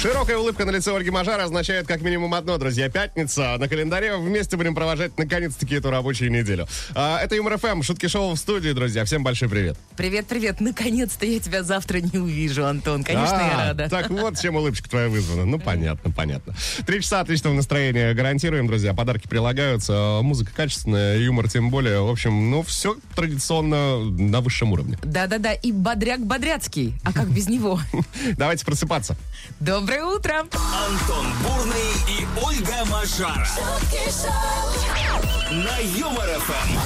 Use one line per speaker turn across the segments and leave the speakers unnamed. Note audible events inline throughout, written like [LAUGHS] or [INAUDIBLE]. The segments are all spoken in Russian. Широкая улыбка на лице Ольги Мажара означает как минимум одно, друзья. Пятница. На календаре вместе будем провожать наконец-таки эту рабочую неделю. А, это Юмор ФМ, шутки шоу в студии, друзья. Всем большой привет.
Привет, привет. Наконец-то я тебя завтра не увижу, Антон. Конечно, я
А,
рада.
Так вот, чем улыбочка твоя вызвана. Ну, понятно, понятно. Три часа отличного настроения гарантируем, друзья. Подарки прилагаются. а, Музыка качественная, юмор тем более. В общем, ну, все традиционно на высшем уровне. [LAUGHS]
Да-да-да, и бодряк бодряцкий. А как без него?
Давайте просыпаться.
Доброе утро.
Антон Бурный и Ольга Мажара на Юмор Эм. ФМ.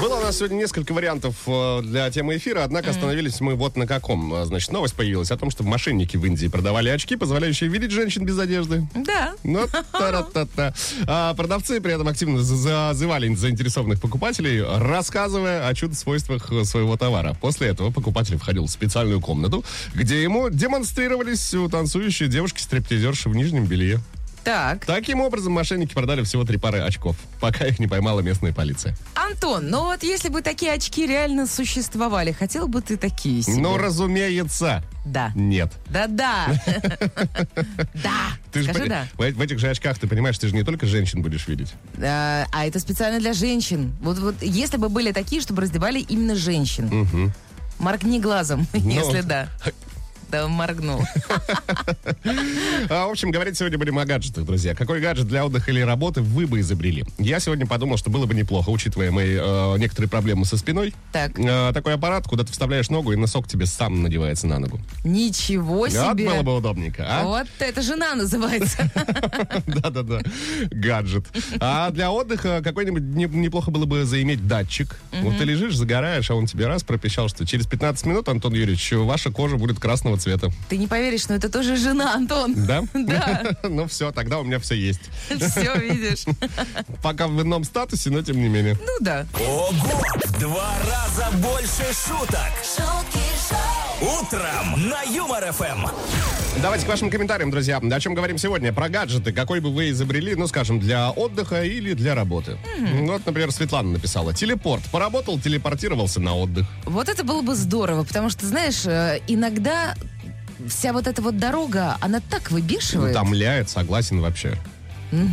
Было у нас сегодня несколько вариантов э, для темы эфира, однако остановились мы вот на каком. А, Значит, новость появилась о том, что мошенники в Индии продавали очки, позволяющие видеть женщин без одежды.
Да.
Ну, та-ра-та-та. А продавцы при этом активно за- зазывали заинтересованных покупателей, рассказывая о чудо-свойствах э, своего товара. После этого покупатель входил в специальную комнату, где ему демонстрировались э, танцующие девушки-стриптизерши в нижнем белье.
Так,
Таким образом, мошенники продали всего три пары очков, пока их не поймала местная полиция.
Антон, ну вот если бы такие очки реально существовали, хотел бы ты такие себе?
Ну, разумеется,
Да.
нет.
Да-да.
[LAUGHS]
Да.
Ты же
Скажи
пони-
да.
в, в этих же очках, ты понимаешь, ты же не только женщин будешь видеть.
А а это специально для женщин. Вот, вот если бы были такие, чтобы раздевали именно женщин. Моргни глазом, [LAUGHS]
Ну,
если да.
[LAUGHS]
Да, моргнул.
А, в общем, говорить сегодня будем о гаджетах, друзья. Какой гаджет для отдыха или работы вы бы изобрели? Я сегодня подумал, что было бы неплохо, учитывая мои э, некоторые проблемы со спиной.
Так.
Э, такой аппарат, куда ты вставляешь ногу, и носок тебе сам надевается на ногу.
Ничего
Вот
себе.
было бы удобненько, а?
Вот это жена называется.
[LAUGHS] Да-да-да, гаджет. А для отдыха какой-нибудь не- неплохо было бы заиметь датчик. Вот ты лежишь, загораешь, а он тебе раз пропищал, что через 15 минут, Антон Юрьевич, ваша кожа будет красного цвета.
Ты не поверишь, но это тоже
[LAUGHS]
жена, Антон.
Да?
Да.
Ну все, тогда у меня все есть.
Все видишь.
Пока в ином статусе, но тем не менее.
Ну да.
Ого! В два раза больше шуток. Утром на Юмор Эм. ФМ.
Давайте к вашим комментариям, друзья. О чем говорим сегодня? Про гаджеты. Какой бы вы изобрели, ну, скажем, для отдыха или для работы. Вот, например, Светлана написала. Телепорт. Поработал, телепортировался на отдых.
Вот это было бы здорово, потому что, знаешь, э, иногда вся вот эта вот дорога, она так выбешивает.
Утомляет, согласен вообще.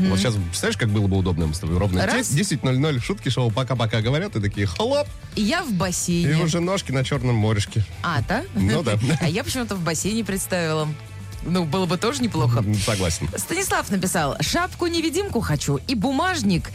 Вот сейчас, представляешь, как было бы удобно мы с тобой ровно
Раз.
10, 10.00, шутки шоу пока-пока говорят, и такие хлоп,
И я в
и
бассейне.
уже ножки на черном морешке.
А, да?
Ну да.
[LAUGHS] А я почему-то в бассейне представила. Ну, было бы тоже неплохо.
М, Согласен.
Станислав написал, шапку-невидимку хочу и бумажник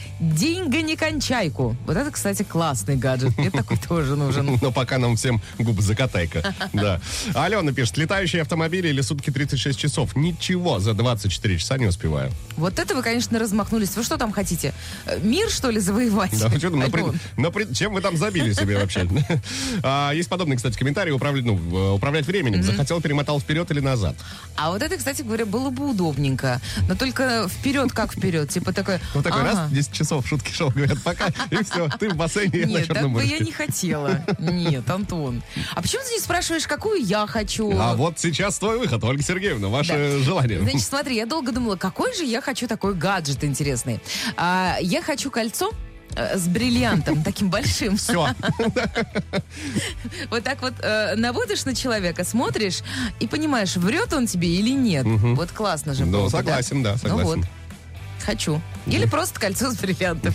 деньга-некончайку. Вот это, кстати, классный гаджет. Мне такой тоже нужен.
Ну, Но пока нам всем губ
[LAUGHS]
закатайка. Да. Алена пишет, летающие автомобили или сутки 36 часов. Ничего, за 24 часа не успеваю.
Вот это вы, конечно, размахнулись. Вы что там хотите? Э, Мир, что ли, завоевать?
Да, вы чё там напри-
Альбом.
напри- Чем вы там забили себе
[LAUGHS]
вообще? А, Есть подобный, кстати, комментарий. Управлять, ну, в- управлять временем. Захотел, перемотал вперед или назад.
А вот это, кстати говоря, было бы удобненько. Но только вперед как вперед? Типа такой...
Вот такой
ага.
раз, 10 часов, шутки шоу, говорят, пока, и все, ты в бассейне, я на
Нет, так
черном
бы я
море.
не хотела. Нет, Антон. А почему ты не спрашиваешь, какую я хочу?
А вот сейчас твой выход, Ольга Сергеевна,
Да.
ваше желание.
Значит, смотри, я долго думала, какой же я хочу такой гаджет интересный. А, я хочу кольцо э, с бриллиантом, таким большим.
Все,
Вот так вот э, наводишь на человека, смотришь и понимаешь, врет он тебе или нет. Вот классно же. было
ну,
бы, да?
согласен, да,
Ну вот,
согласен.
хочу. Или просто кольцо с
[LAUGHS]
бриллиантом.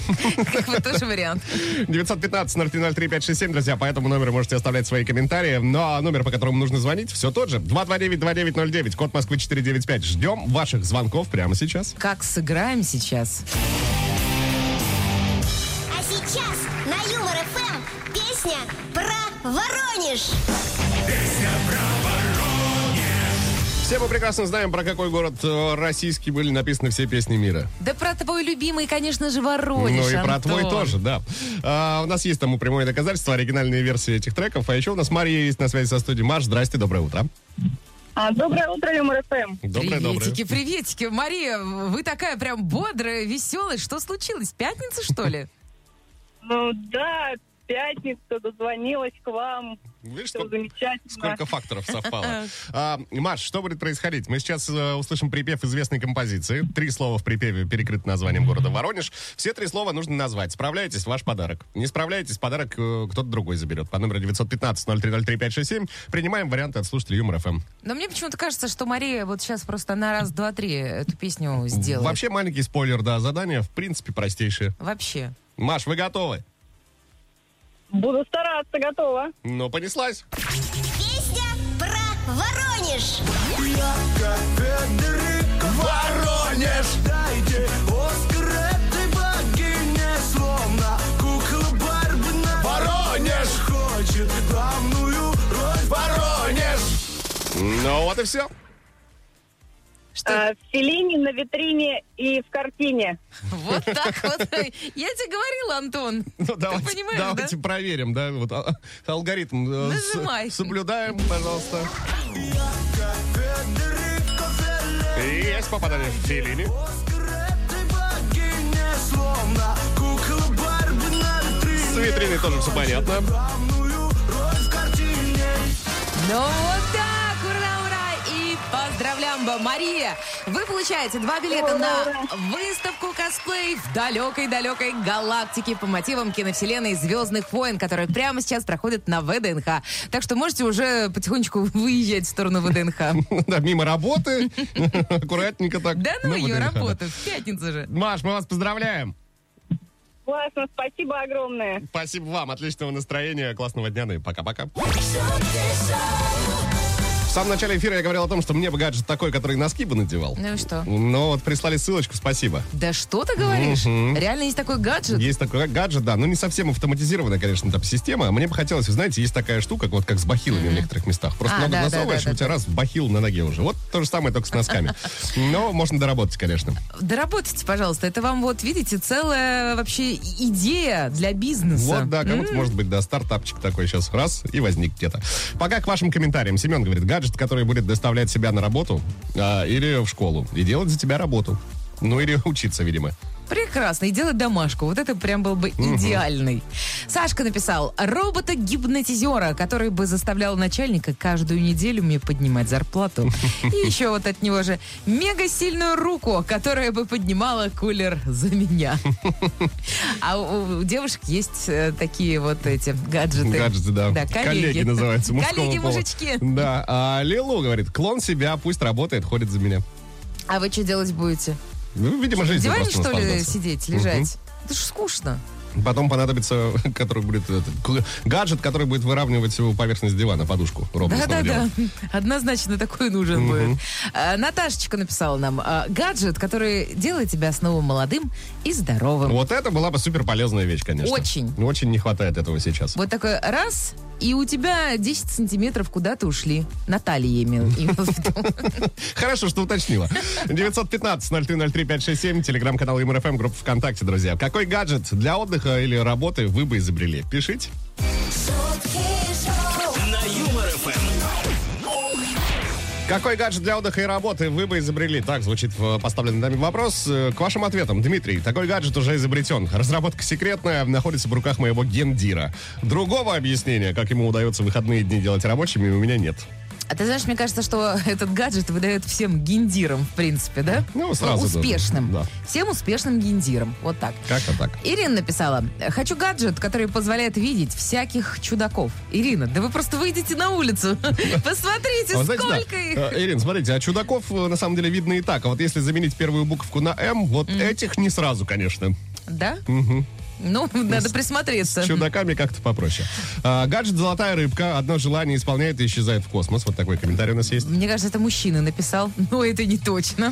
Как бы тоже вариант.
915-0303-567, друзья, по этому номеру можете оставлять свои комментарии. Ну, а номер, по которому нужно звонить, все тот же. 229-2909, код Москвы 495. Ждем ваших звонков прямо сейчас.
Как сыграем сейчас?
А сейчас на Юмор ФМ песня про Воронеж.
Все мы прекрасно знаем, про какой город э, российский были написаны все песни мира.
Да про твой любимый, конечно же, Воронеж,
ну и про
Антон.
твой тоже, да. А, у нас есть тому прямое доказательство, оригинальные версии этих треков. А еще у нас Мария есть на связи со студией. Маш, здрасте, доброе утро.
А, доброе утро, Юмор ФМ.
Доброе, доброе.
Приветики, приветики. Мария, вы такая прям бодрая, веселая. Что случилось? Пятница, что ли?
Ну да, пятницу, дозвонилась к вам.
Видишь,
Все
сколько-
замечательно.
Сколько факторов совпало. А, Маш, что будет происходить? Мы сейчас э, услышим припев известной композиции. Три слова в припеве перекрыты названием города Воронеж. Все три слова нужно назвать. Справляетесь, ваш подарок. Не справляетесь, подарок э, кто-то другой заберет. По номеру 915-0303-567 принимаем варианты от слушателей Юмор ФМ.
Но мне почему-то кажется, что Мария вот сейчас просто на раз, два, три эту песню сделала.
Вообще маленький спойлер, да, задание в принципе простейшее.
Вообще.
Маш, вы готовы?
Буду стараться, готова.
Ну, понеслась.
Песня про Воронеж.
Воронеж! Дайте Оскар этой богине, словно кукла Барбина. Воронеж! Хочет главную роль. Воронеж!
Ну, вот и все.
А, в Феллини на витрине и в картине.
Вот так вот. Я тебе говорила, Антон.
Ну, давайте,
Ты понимаешь,
давайте
да?
проверим, да, вот а, а, алгоритм. э, с-
Нажимай.
соблюдаем, пожалуйста. Есть попадание в Феллини. С витриной тоже все понятно.
Ну вот так, ура, ура! И поздравляем, ба, Мария! Вы получаете два билета
Ура,
на
ура.
выставку косплей в далекой-далекой галактике по мотивам киновселенной «Звездных войн», которая прямо сейчас проходит на ВДНХ. Так что можете уже потихонечку выезжать в сторону
[LAUGHS]
ВДНХ.
[LAUGHS] Да, мимо работы. [LAUGHS] Аккуратненько так.
Да ну ее
выдыхай, да.
работу, в пятницу же.
Маш, мы вас поздравляем.
Классно, спасибо огромное.
Спасибо вам, отличного настроения, классного дня, ну и пока-пока. В самом начале эфира я говорил о том, что мне бы гаджет такой, который носки бы надевал.
Ну и что?
Но вот прислали ссылочку, спасибо.
Да что ты говоришь? Реально есть такой гаджет?
Есть такой гаджет, да, но не совсем автоматизированная, конечно, там система. А Мне бы хотелось, вы знаете, есть такая штука, вот как с бахилами в некоторых местах. Просто
А,
много
да, да,
засовываешь,
да,
и у
да,
тебя раз бахил на ноге уже. Вот то же самое, только с носками. Но можно доработать, конечно.
Доработайте, пожалуйста. Это вам вот, видите, целая вообще идея для бизнеса.
Вот, да, кому-то, может быть, да, стартапчик такой сейчас раз и возник где-то. Пока к вашим комментариям. Семен говорит, гаджет, который будет доставлять себя на работу а, или в школу, и делать за тебя работу. Ну или [LAUGHS] учиться, видимо.
Прекрасно. И делать домашку. Вот это прям был бы идеальный. Сашка написал робота-гипнотизера, который бы заставлял начальника каждую неделю мне поднимать зарплату.
[LAUGHS]
И еще вот от него же мега сильную руку, которая бы поднимала кулер
[LAUGHS]
за меня. А у у девушек есть э, такие вот эти гаджеты.
Гаджеты, да.
Да, коллеги.
Коллеги называются. мужского
Коллеги,
пола.
мужички.
Да. А Лилу говорит, клон себя, пусть работает, ходит за меня.
А вы что делать будете?
Ну, видимо,
В
жизнь
диване,
просто
что ли,
наслаждаться.
сидеть,
Мгм.
лежать? Это ж скучно.
Потом понадобится, [LAUGHS] который будет этот, кл- гаджет, который будет выравнивать его поверхность дивана, подушку. робот снова
Да-да-да,
делает.
однозначно такой нужен будет. А, Наташечка написала нам, а, гаджет, который делает тебя снова молодым и здоровым.
Вот это была бы супер полезная вещь, конечно.
Очень.
Очень не хватает этого сейчас.
Вот такой раз, и у тебя 10 сантиметров куда-то ушли. Наталья я имела имела в виду.
Хорошо, что
[LAUGHS]
уточнила. 915-0303-567, телеграм-канал МРФМ, группа ВКонтакте, друзья. Какой гаджет для отдыха или работы вы бы изобрели? Пишите.
На Юмор ФМ.
Какой гаджет для отдыха и работы вы бы изобрели? Так звучит э, поставленный нами вопрос. Э, К вашим ответам, Дмитрий, такой гаджет уже изобретен. Разработка секретная, находится в руках моего гендира. Другого объяснения, как ему удается выходные дни делать рабочими, у меня нет.
А ты знаешь, мне кажется, что этот гаджет выдает всем гендирам, в принципе, да?
Ну, сразу, да.
Успешным.
Да.
Всем успешным гендирам. Вот так.
Как-то так.
Ирина написала, хочу гаджет, который позволяет видеть всяких чудаков. Ирина, да вы просто выйдите на улицу,
[LAUGHS]
посмотрите,
А вы знаете,
сколько
да,
их.
э, Ирин, смотрите, а чудаков э, на самом деле видно и так. А вот если заменить первую буковку на М, вот этих не сразу, конечно.
Да? Ну, надо присмотреться.
А. С чудаками как-то попроще. А, гаджет «Золотая рыбка». Одно желание исполняет и исчезает в космос. Вот такой комментарий у нас есть.
Мне кажется, это мужчина написал, [LAUGHS] но это
[LAUGHS]
не точно.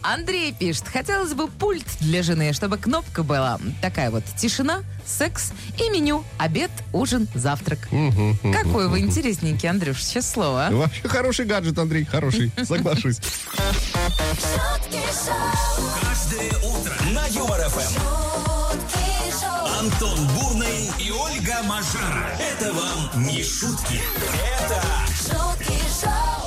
Андрей пишет, хотелось бы пульт для жены, чтобы кнопка была такая вот тишина, секс и меню, обед, ужин, завтрак. Какой вы интересненький, Андрюш, сейчас слово. а.
Ну, Вообще хороший гаджет, Андрей,
[LAUGHS]
хороший, соглашусь.
Каждое утро на Юмор ФМ. Антон Бурный и Ольга Мажара. Это вам не шутки. Это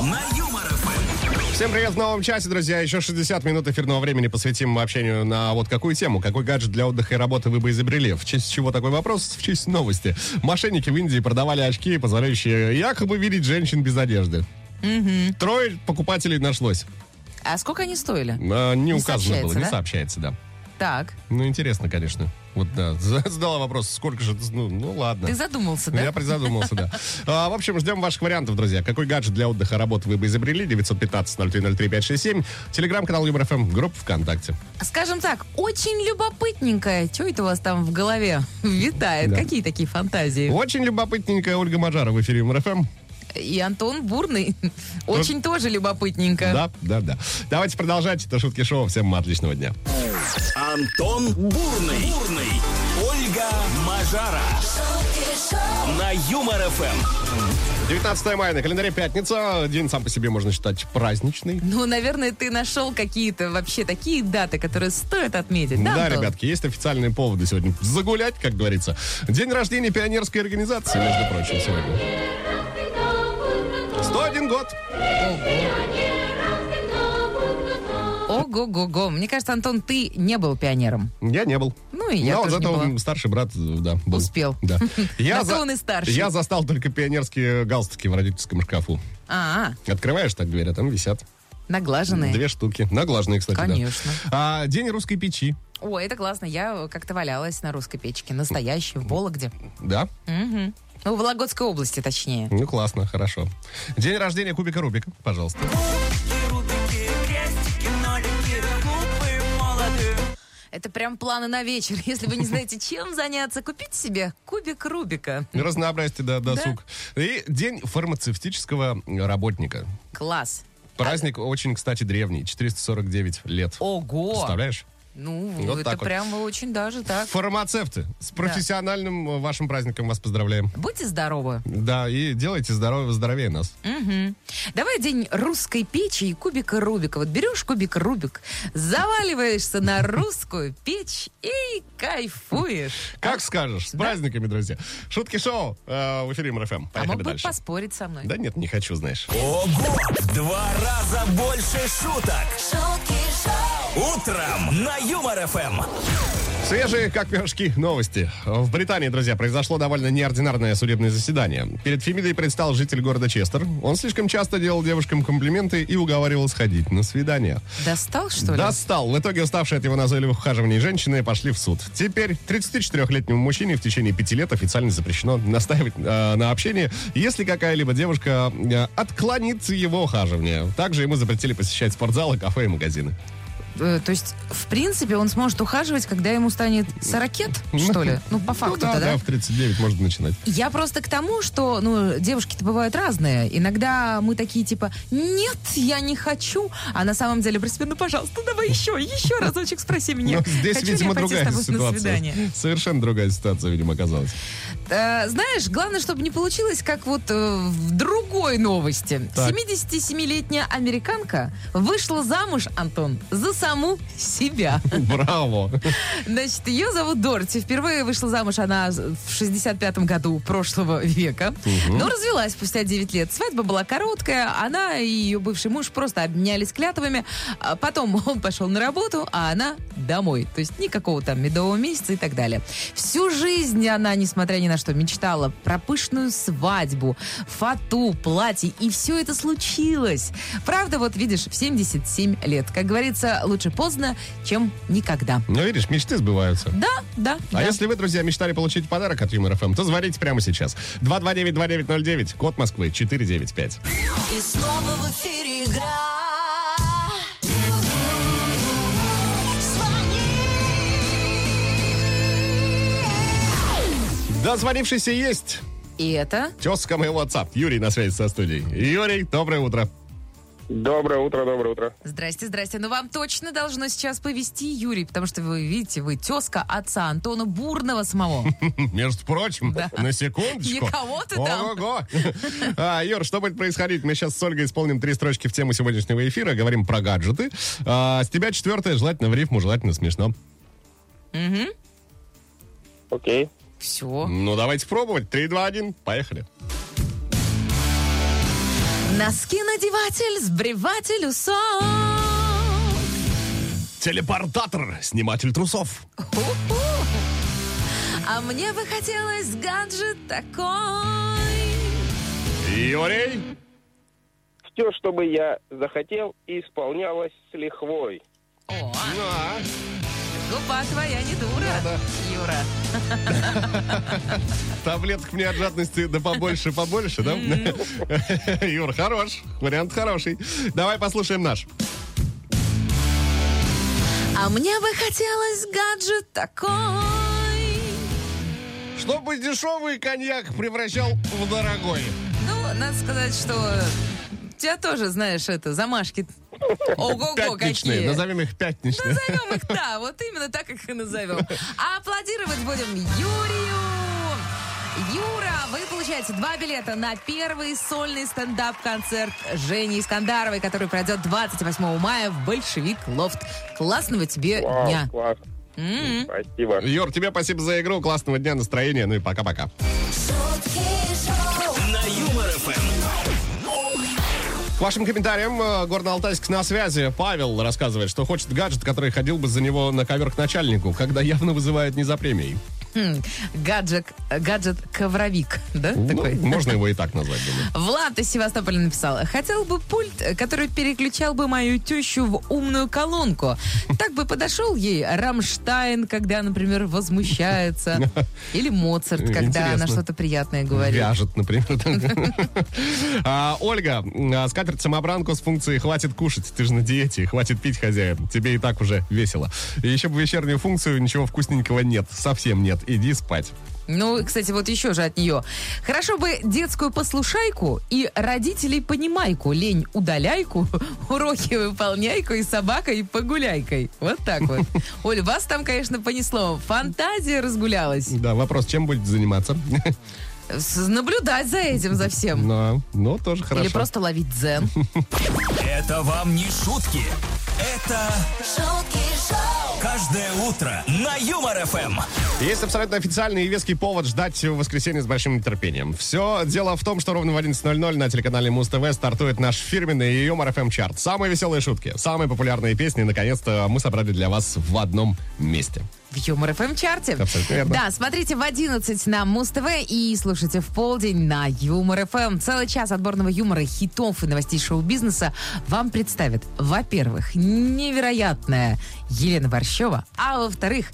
на Юмор ФМ.
Всем привет в новом часе, друзья. Еще 60 минут эфирного времени посвятим общению на вот какую тему. Какой гаджет для отдыха и работы вы бы изобрели? В честь чего такой вопрос? В честь новости. Мошенники в Индии продавали очки, позволяющие якобы видеть женщин без одежды. Трое покупателей нашлось.
А сколько они стоили?
А, Не, указано
Не
было,
сообщается,
не
да?
сообщается, да.
Так,
Ну, интересно, конечно. Вот, да, [LAUGHS] задала вопрос, сколько же, ну, ну ладно.
ты задумался,
Я
да?
призадумался, да. А, в общем, ждем ваших вариантов, друзья. Какой гаджет для отдыха работы вы бы изобрели? 915-0303-567. Телеграм-канал ЮморФМ. Группа ВКонтакте.
Скажем так, очень любопытненькая. Что это у вас там в голове витает?
Да.
Какие такие фантазии?
Очень любопытненькая Ольга Мажара в эфире ЮморФМ.
И Антон Бурный [LAUGHS] очень тоже любопытненько.
Да, да, да. Давайте продолжать. Это Шутки Шоу. Всем отличного дня.
Антон Бурный. Бурный. Ольга Мажара. На Юмор ФМ.
19 мая на календаре пятница. День сам по себе можно считать праздничный.
Ну, наверное, ты нашел какие-то вообще такие даты, которые стоит отметить. Да,
Да,
Антон?
ребятки, есть официальные поводы сегодня загулять, как говорится. День рождения пионерской организации, между прочим, сегодня. 101 год.
Ого-го-го. Мне кажется, Антон, ты не был пионером.
Я не был.
Ну, и я
Но
тоже не
зато
была.
м, старший брат, э, да, был.
Успел. [LAUGHS]
Да.
Зато он и старший.
Я застал только пионерские галстуки в родительском шкафу.
А,
Открываешь так дверь, а там висят
наглаженные.
две штуки. Наглаженные, кстати, да.
Ну. Конечно.
А, День русской печи,
О, это классно. Я как-то валялась на русской печке. Настоящей, в Вологде.
да?
Мгм. Ну, в Вологодской области, точнее.
Ну, классно, хорошо. День рождения кубика Рубика, пожалуйста.
Это прям планы на вечер. [LAUGHS] Если вы не знаете, чем заняться, купите себе кубик Рубика.
Разнообразьте, да, досуг. И День фармацевтического работника.
Класс.
Праздник очень, кстати, древний, 449 лет.
Ого!
Представляешь?
Ну,
Вот
это
так вот.
прям очень даже так.
Фармацевты, с профессиональным э, вашим праздником вас поздравляем.
Будьте здоровы.
Да, и делайте здоровье здоровее нас.
Мгм. Давай день русской печи и кубика Рубика. Вот берешь кубик Рубик,
[LAUGHS]
заваливаешься на русскую печь и кайфуешь.
Как скажешь, с праздниками, друзья. Шутки шоу э, в эфире МРФМ.
А
Поехали
мог бы
дальше.
поспорить со мной.
Да нет, не хочу, знаешь.
Ого! В Два раза больше шуток. Утром на Юмор ФМ.
Свежие, как пирожки, новости. В Британии, друзья, произошло довольно неординарное судебное заседание. Перед Фемидой предстал житель города Честер. Он слишком часто делал девушкам комплименты и уговаривал сходить на свидание.
Достал, что ли?
Достал. В итоге уставшие от его назойливых ухаживаний женщины пошли в суд. Теперь 34-летнему мужчине в течение пяти лет официально запрещено настаивать э, на общении, если какая-либо девушка э, отклонит его ухаживание. Также ему запретили посещать спортзалы, кафе и магазины.
Э, То есть, в принципе, он сможет ухаживать, когда ему станет 40,
[LAUGHS]
что ли? Ну,
Ну
по факту-то,
да,
да?
да, в 39 можно начинать.
Я просто к тому, что, ну, девушки-то бывают разные. Иногда мы такие, типа, нет, я не хочу. А на самом деле, просто, ну, пожалуйста, давай еще, еще разочек спроси меня.
Ну, здесь,
хочу ли
видимо,
я пойти с
другая
тобой на
ситуация.
свидание?
Совершенно другая ситуация, видимо, оказалась.
Э, знаешь, главное, чтобы не получилось, как вот э, в другой новости.
Так.
77-летняя американка вышла замуж, Антон, за саму себя.
Браво!
Значит, ее зовут Дороти. Впервые вышла замуж она в 65-м году прошлого века. Но развелась спустя 9 лет. Свадьба была короткая. Она и ее бывший муж просто обменялись клятвами. А Потом [LAUGHS] он пошел на работу, а она домой. То есть никакого там медового месяца и так далее. Всю жизнь она, несмотря ни на что, мечтала про пышную свадьбу, фату, платье. И все это случилось. Правда, вот видишь, в 77 лет. Как говорится, лучше поздно, чем никогда.
Ну, видишь, мечты сбываются.
Да, да.
А
да.
если вы, друзья, мечтали получить подарок от Юмор ФМ, то звоните прямо сейчас. 229-2909, код Москвы, 495.
И снова в эфире игра.
Дозвонившийся есть
И это
тезка моего отца, Юрий, на связи со студией. Юрий, доброе утро. [LAUGHS]
Доброе утро, доброе утро.
Здрасте, здрасте. Ну, вам точно должно сейчас повести, Юрий, потому что вы видите, вы тезка отца Антона Бурного
[LAUGHS]
самого.
Между прочим, на секундочку.
Не кого-то там.
Ого-го. А, Юр, что будет происходить? Мы сейчас с Ольгой исполним три строчки в тему сегодняшнего эфира, говорим про гаджеты. А, с тебя четвертое, желательно в рифму, желательно смешно.
Окей.
Все.
Ну, давайте пробовать. Три, два, один, поехали.
Носки надеватель, сбриватель усов.
Телепортатор, сниматель трусов.
Ху-ху. А мне бы хотелось гаджет такой.
Юрий.
Все, что бы я захотел, исполнялось с лихвой.
О,
Да.
губа твоя не дура, Юра.
Таблеток мне от жадности да
[LAUGHS]
побольше, побольше, да? [LAUGHS] Юр, хорош. Вариант хороший. Давай послушаем наш.
А мне бы хотелось гаджет такой.
Чтобы дешевый коньяк превращал в дорогой.
Ну, надо сказать, что у тебя тоже, знаешь, это, замашки. Ого-го,
Пятничные.
какие.
Назовем их пятничные.
Назовем их, да, вот именно так их и назовем. А аплодировать будем Юрию. Юра, вы получаете два билета на первый сольный стендап-концерт Жени Искандаровой, который пройдет 28 мая в Большевик Лофт. Классного тебе
Вау,
дня.
класс. Спасибо.
Юр, тебе спасибо за игру, классного дня, настроения, ну и пока-пока.
шутки шоу,
На Юмор ФМ.
К вашим комментариям, э, Горно-Алтайск на связи. Павел рассказывает, что хочет гаджет, который ходил бы за него на ковер к начальнику, когда явно вызывает не за премией.
М, Гаджет, э, гаджет ковровик, да?
Ну,
такой?
можно его и так назвать, думаю.
Влад из Севастополя написал. Хотел бы пульт, э, который переключал бы мою тещу в умную колонку. Так бы подошел ей Рамштайн, когда, например, возмущается. Или Моцарт, когда она
Интересно.
что-то приятное говорит.
Вяжет, например. А, Ольга, м, а, скатерть самобранку с функцией «хватит кушать», ты же на диете, «хватит пить, хозяин», тебе и так уже весело. И еще бы вечернюю функцию «ничего вкусненького нет», совсем нет, иди спать.
Ну, и, кстати, вот еще же от нее. Хорошо бы детскую послушайку и родителей понимайку, лень удаляйку, [LAUGHS] уроки выполняйку и собакой погуляйкой. Вот так вот. Оль, вас там, конечно, понесло. Фантазия разгулялась.
Да, вопрос, чем будет заниматься? [LAUGHS]
С- Наблюдать за этим, за всем.
Но, ну, тоже хорошо.
Или просто ловить дзен.
Это вам не шутки. Это
шутки шоу,
каждое утро на Юмор ФМ.
Есть абсолютно официальный и веский повод ждать воскресенье с большим нетерпением. Все дело в том, что ровно в 11.00 на телеканале Муз ТВ стартует наш фирменный Юмор ФМ чарт. Самые веселые шутки, самые популярные песни, наконец-то мы собрали для вас в одном месте.
В Юмор ФМ чарте.
Абсолютно верно.
Да, смотрите в 11 на Муз ТВ и слушайте в полдень на Юмор ФМ. Целый час отборного юмора, хитов и новостей шоу-бизнеса вам представят, во-первых, невероятная Елена Борщева, а во-вторых,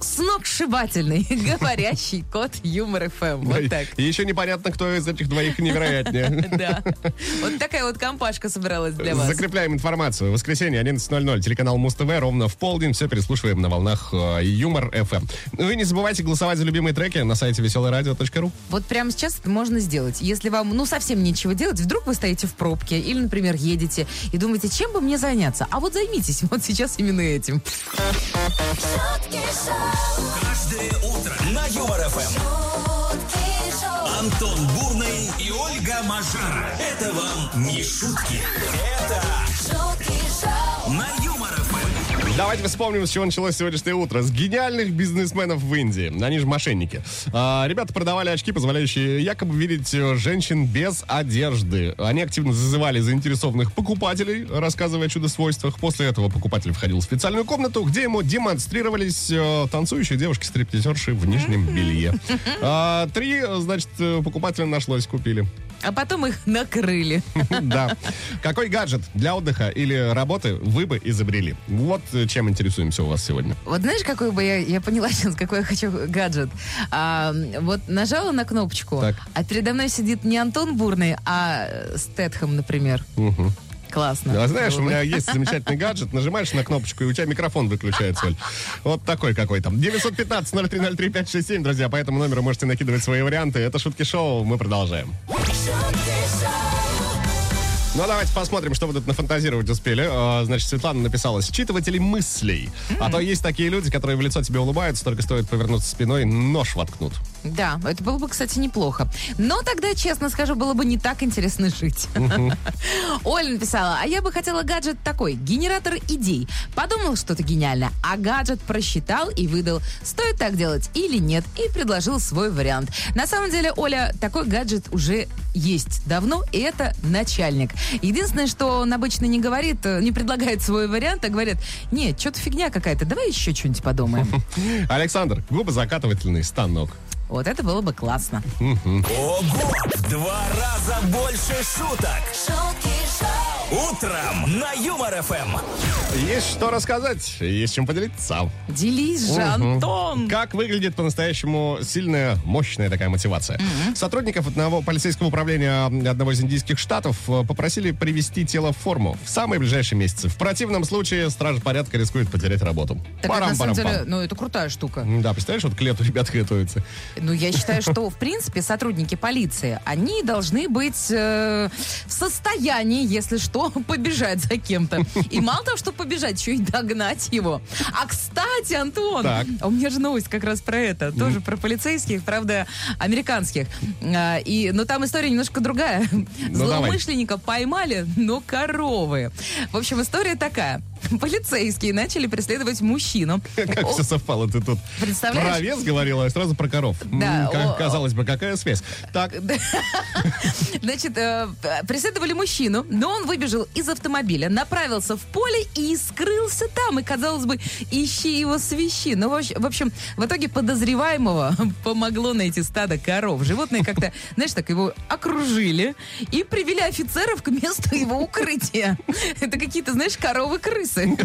сногсшибательный [LAUGHS] говорящий кот Юмор ФМ. Вот так.
И еще непонятно, кто из этих двоих невероятнее.
Да. Вот такая вот компашка собралась [LAUGHS] для вас.
Закрепляем информацию. Воскресенье 11.00, телеканал Муз ТВ, ровно в полдень. Все переслушиваем на волнах э, Юмор ФМ. Ну и не забывайте голосовать за любимые треки на сайте веселорадио.ру.
Вот прямо сейчас это можно сделать. Если вам, ну, совсем нечего делать, вдруг вы стоите в пробке или, например, едете и думаете, чем бы мне заняться? А вот займитесь вот сейчас именно этим.
шутки шоу,
Каждое утро на Юмор ФМ.
шутки шоу,
Антон Бурный и Ольга Мажара. Это вам не шутки. Это
шутки шоу,
на Юмор ФМ.
Давайте вспомним, с чего началось сегодняшнее утро. С гениальных бизнесменов в Индии. Они же мошенники. А, ребята продавали очки, позволяющие якобы видеть э, женщин без одежды. Они активно зазывали заинтересованных покупателей, рассказывая о чудо-свойствах. После этого покупатель входил в специальную комнату, где ему демонстрировались э, танцующие девушки-стриптизерши в нижнем белье. А, три, э, значит, э, покупателя нашлось, купили. [LAUGHS]
А потом их накрыли.
Да. Какой гаджет для отдыха или работы вы бы изобрели? Вот э, чем интересуемся у вас сегодня.
Вот знаешь, какой бы я... Я поняла сейчас, какой я хочу гаджет. А, вот нажала на кнопочку,
Так.
а передо мной сидит не Антон Бурный, а Стэтхэм, например. Классно.
А знаешь, у
Было бы.
меня есть замечательный гаджет. Нажимаешь на кнопочку, и у тебя микрофон выключается, Оль. Вот такой какой там. 915-0303-567, друзья. По этому номеру можете накидывать свои варианты. Это Шутки Шоу. Мы продолжаем.
шутки шоу,
Ну, а давайте посмотрим, что вы тут нафантазировать успели. А, Значит, Светлана написала «Считыватели мыслей». А то есть такие люди, которые в лицо тебе улыбаются, только стоит повернуться спиной, нож воткнут.
Да, это было бы, кстати, неплохо. Но тогда, честно скажу, было бы не так интересно жить. Оля написала, а я бы хотела гаджет такой, генератор идей. Подумал что-то гениально, а гаджет просчитал и выдал, стоит так делать или нет, и предложил свой вариант. На самом деле, Оля, такой гаджет уже есть давно, и это начальник. Единственное, что он обычно не говорит, э, не предлагает свой вариант, а говорит, нет, что-то фигня какая-то, давай еще что-нибудь подумаем.
Александр, губы закатывательный станок.
Вот это было бы классно.
Ого! В Два раза больше шуток.
шутки шоу,
Утром на Юмор Эм. ФМ.
Есть что рассказать, есть чем поделиться.
Делись же, Антон!
Как выглядит по-настоящему сильная, мощная такая мотивация? Сотрудников одного полицейского управления одного из индийских штатов э, попросили привести тело в форму в самые ближайшие месяцы. В противном случае стражи порядка рискует потерять работу.
Так это, на самом деле, ну, это крутая штука.
Да, представляешь, вот к лету ребят готовятся.
Ну, я считаю, что, в принципе, сотрудники полиции, они должны быть э, в состоянии, если что, [LAUGHS] побежать за кем-то. И мало того, что побежать, еще и догнать его. А, кстати, Антон,
Так. Ну.
а у меня же новость как раз про это. Тоже про полицейских, правда, американских. А, и, но там история немножко другая.
Ну, давай.
Злоумышленника поймали, но коровы. В общем, история такая. [LAUGHS] Полицейские начали преследовать мужчину.
Как
О,
все совпало, ты тут
Представляешь?
про вес говорила, а сразу про коров. М,
Да,
как-
о-
казалось бы, какая связь? Так,
Значит, э, преследовали мужчину, но он выбежал из автомобиля, направился в поле и скрылся там. И, казалось бы, ищи его свищи. Но, в общ- в общем, в итоге подозреваемого [LAUGHS] помогло найти стадо коров. Животные как-то, знаешь, так его окружили и привели офицеров к месту его укрытия. [LAUGHS] Это какие-то, знаешь, коровы-крысы.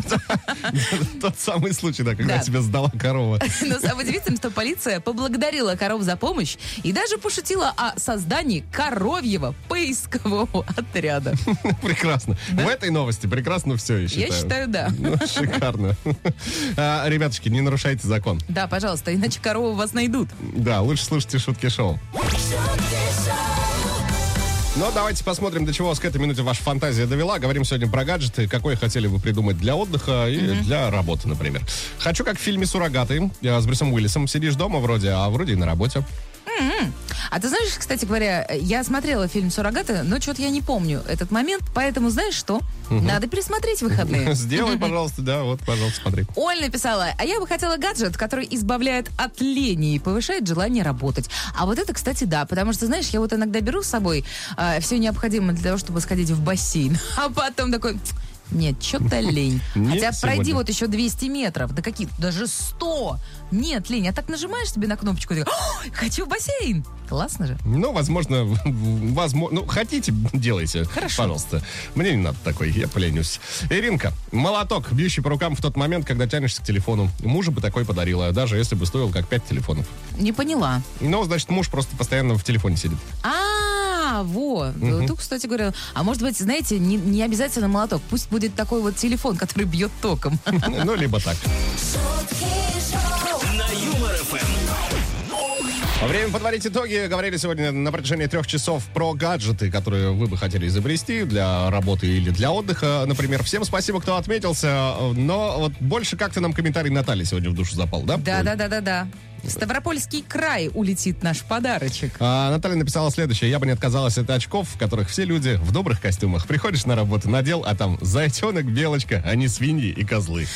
[LAUGHS] тот самый случай, да, когда
Да.
тебя сдала корова.
Но самое удивительное, что полиция поблагодарила коров за помощь и даже пошутила о создании коровьего поискового отряда.
[LAUGHS] Прекрасно. В этой новости прекрасно все, я считаю.
считаю, да.
Ну, [LAUGHS] шикарно. А, Ребяточки, не нарушайте закон.
Да, пожалуйста, иначе коровы вас найдут.
Да, лучше слушайте шутки шоу.
шутки шоу,
Но давайте посмотрим, до чего вас к этой минуте ваша фантазия довела. Говорим сегодня про гаджеты, какой хотели бы придумать для отдыха и для работы, например. Хочу, как в фильме «Суррогаты» э, с Брюсом Уиллисом. Сидишь дома вроде, а вроде и на работе. [LAUGHS]
А ты знаешь, кстати говоря, я смотрела фильм «Суррогаты», но что-то я не помню этот момент, поэтому знаешь что? Надо пересмотреть выходные.
Сделай, пожалуйста, да, вот, пожалуйста, смотри.
Оль написала, а я бы хотела гаджет, который избавляет от лени и повышает желание работать. А вот это, кстати, да, потому что, знаешь, я вот иногда беру с собой все необходимое для того, чтобы сходить в бассейн, [LAUGHS] а потом такой... «Тс, Нет, что-то лень.
Нет
Хотя пройди
сегодня.
вот еще 200 метров, да какие, даже 100. Нет, лень, а так нажимаешь себе на кнопочку и такой, «О, хочу в бассейн. Классно же.
Ну, возможно, возможно, ну, хотите, делайте.
Хорошо.
Пожалуйста. Мне не надо такой, я поленюсь. Иринка, молоток, бьющий по рукам в тот момент, когда тянешься к телефону. Мужу бы такой подарила, даже если бы стоил как пять телефонов.
Не поняла.
Ну, значит, муж просто постоянно в телефоне сидит.
А, во. Тут, кстати говоря, а может быть, знаете, не, не обязательно молоток. Пусть будет такой вот телефон, [LAUGHS] который бьет током.
Ну, либо так.
шутки шоу,
На Юмор Эм. ФМ.
Время подводить итоги. Говорили сегодня на протяжении трех часов про гаджеты, которые вы бы хотели изобрести для работы или для отдыха, например. Всем спасибо, кто отметился. Но вот больше как-то нам комментарий Натальи сегодня в душу запал, да?
Да, да, да, да, да. В Ставропольский край улетит наш подарочек.
А, Наталья написала следующее. Я бы не отказалась от очков, в которых все люди в добрых костюмах. Приходишь на работу, надел, а там зайчонок, белочка, а не свиньи и козлы.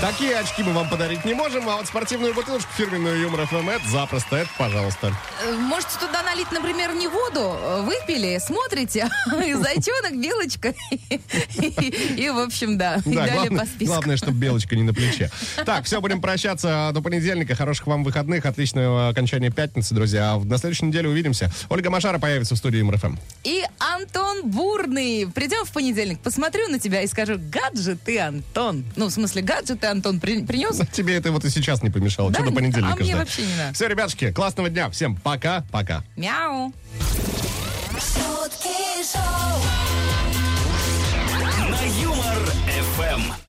Такие очки мы вам подарить не можем, а вот спортивную бутылочку фирменную Юмор ФМ это запросто, это пожалуйста.
Э, Можете туда налить, например, не воду, э, выпили, смотрите, [LAUGHS] и зайчонок, белочка, [LAUGHS] и, и- и, в общем, да, и
Да,
далее
главное,
по списку.
главное, чтобы белочка не на плече. Так, все, будем прощаться до понедельника. Хороших вам выходных, отличного окончания пятницы, друзья. А в- На следующей неделе увидимся. Ольга Машара появится в студии эм». МРФМ.
И Антон Бурный. Придем в понедельник, посмотрю на тебя и скажу, гаджет ты, Антон. Ну, в смысле, гаджет ты, Антон, при- принес?
Тебе это вот и сейчас не помешало.
Да?
Что до понедельника
А мне
ждать?
вообще не надо.
Все, ребятушки, классного дня. Всем пока-пока.
Мяу.
шутки шоу.
На Юмор ФМ.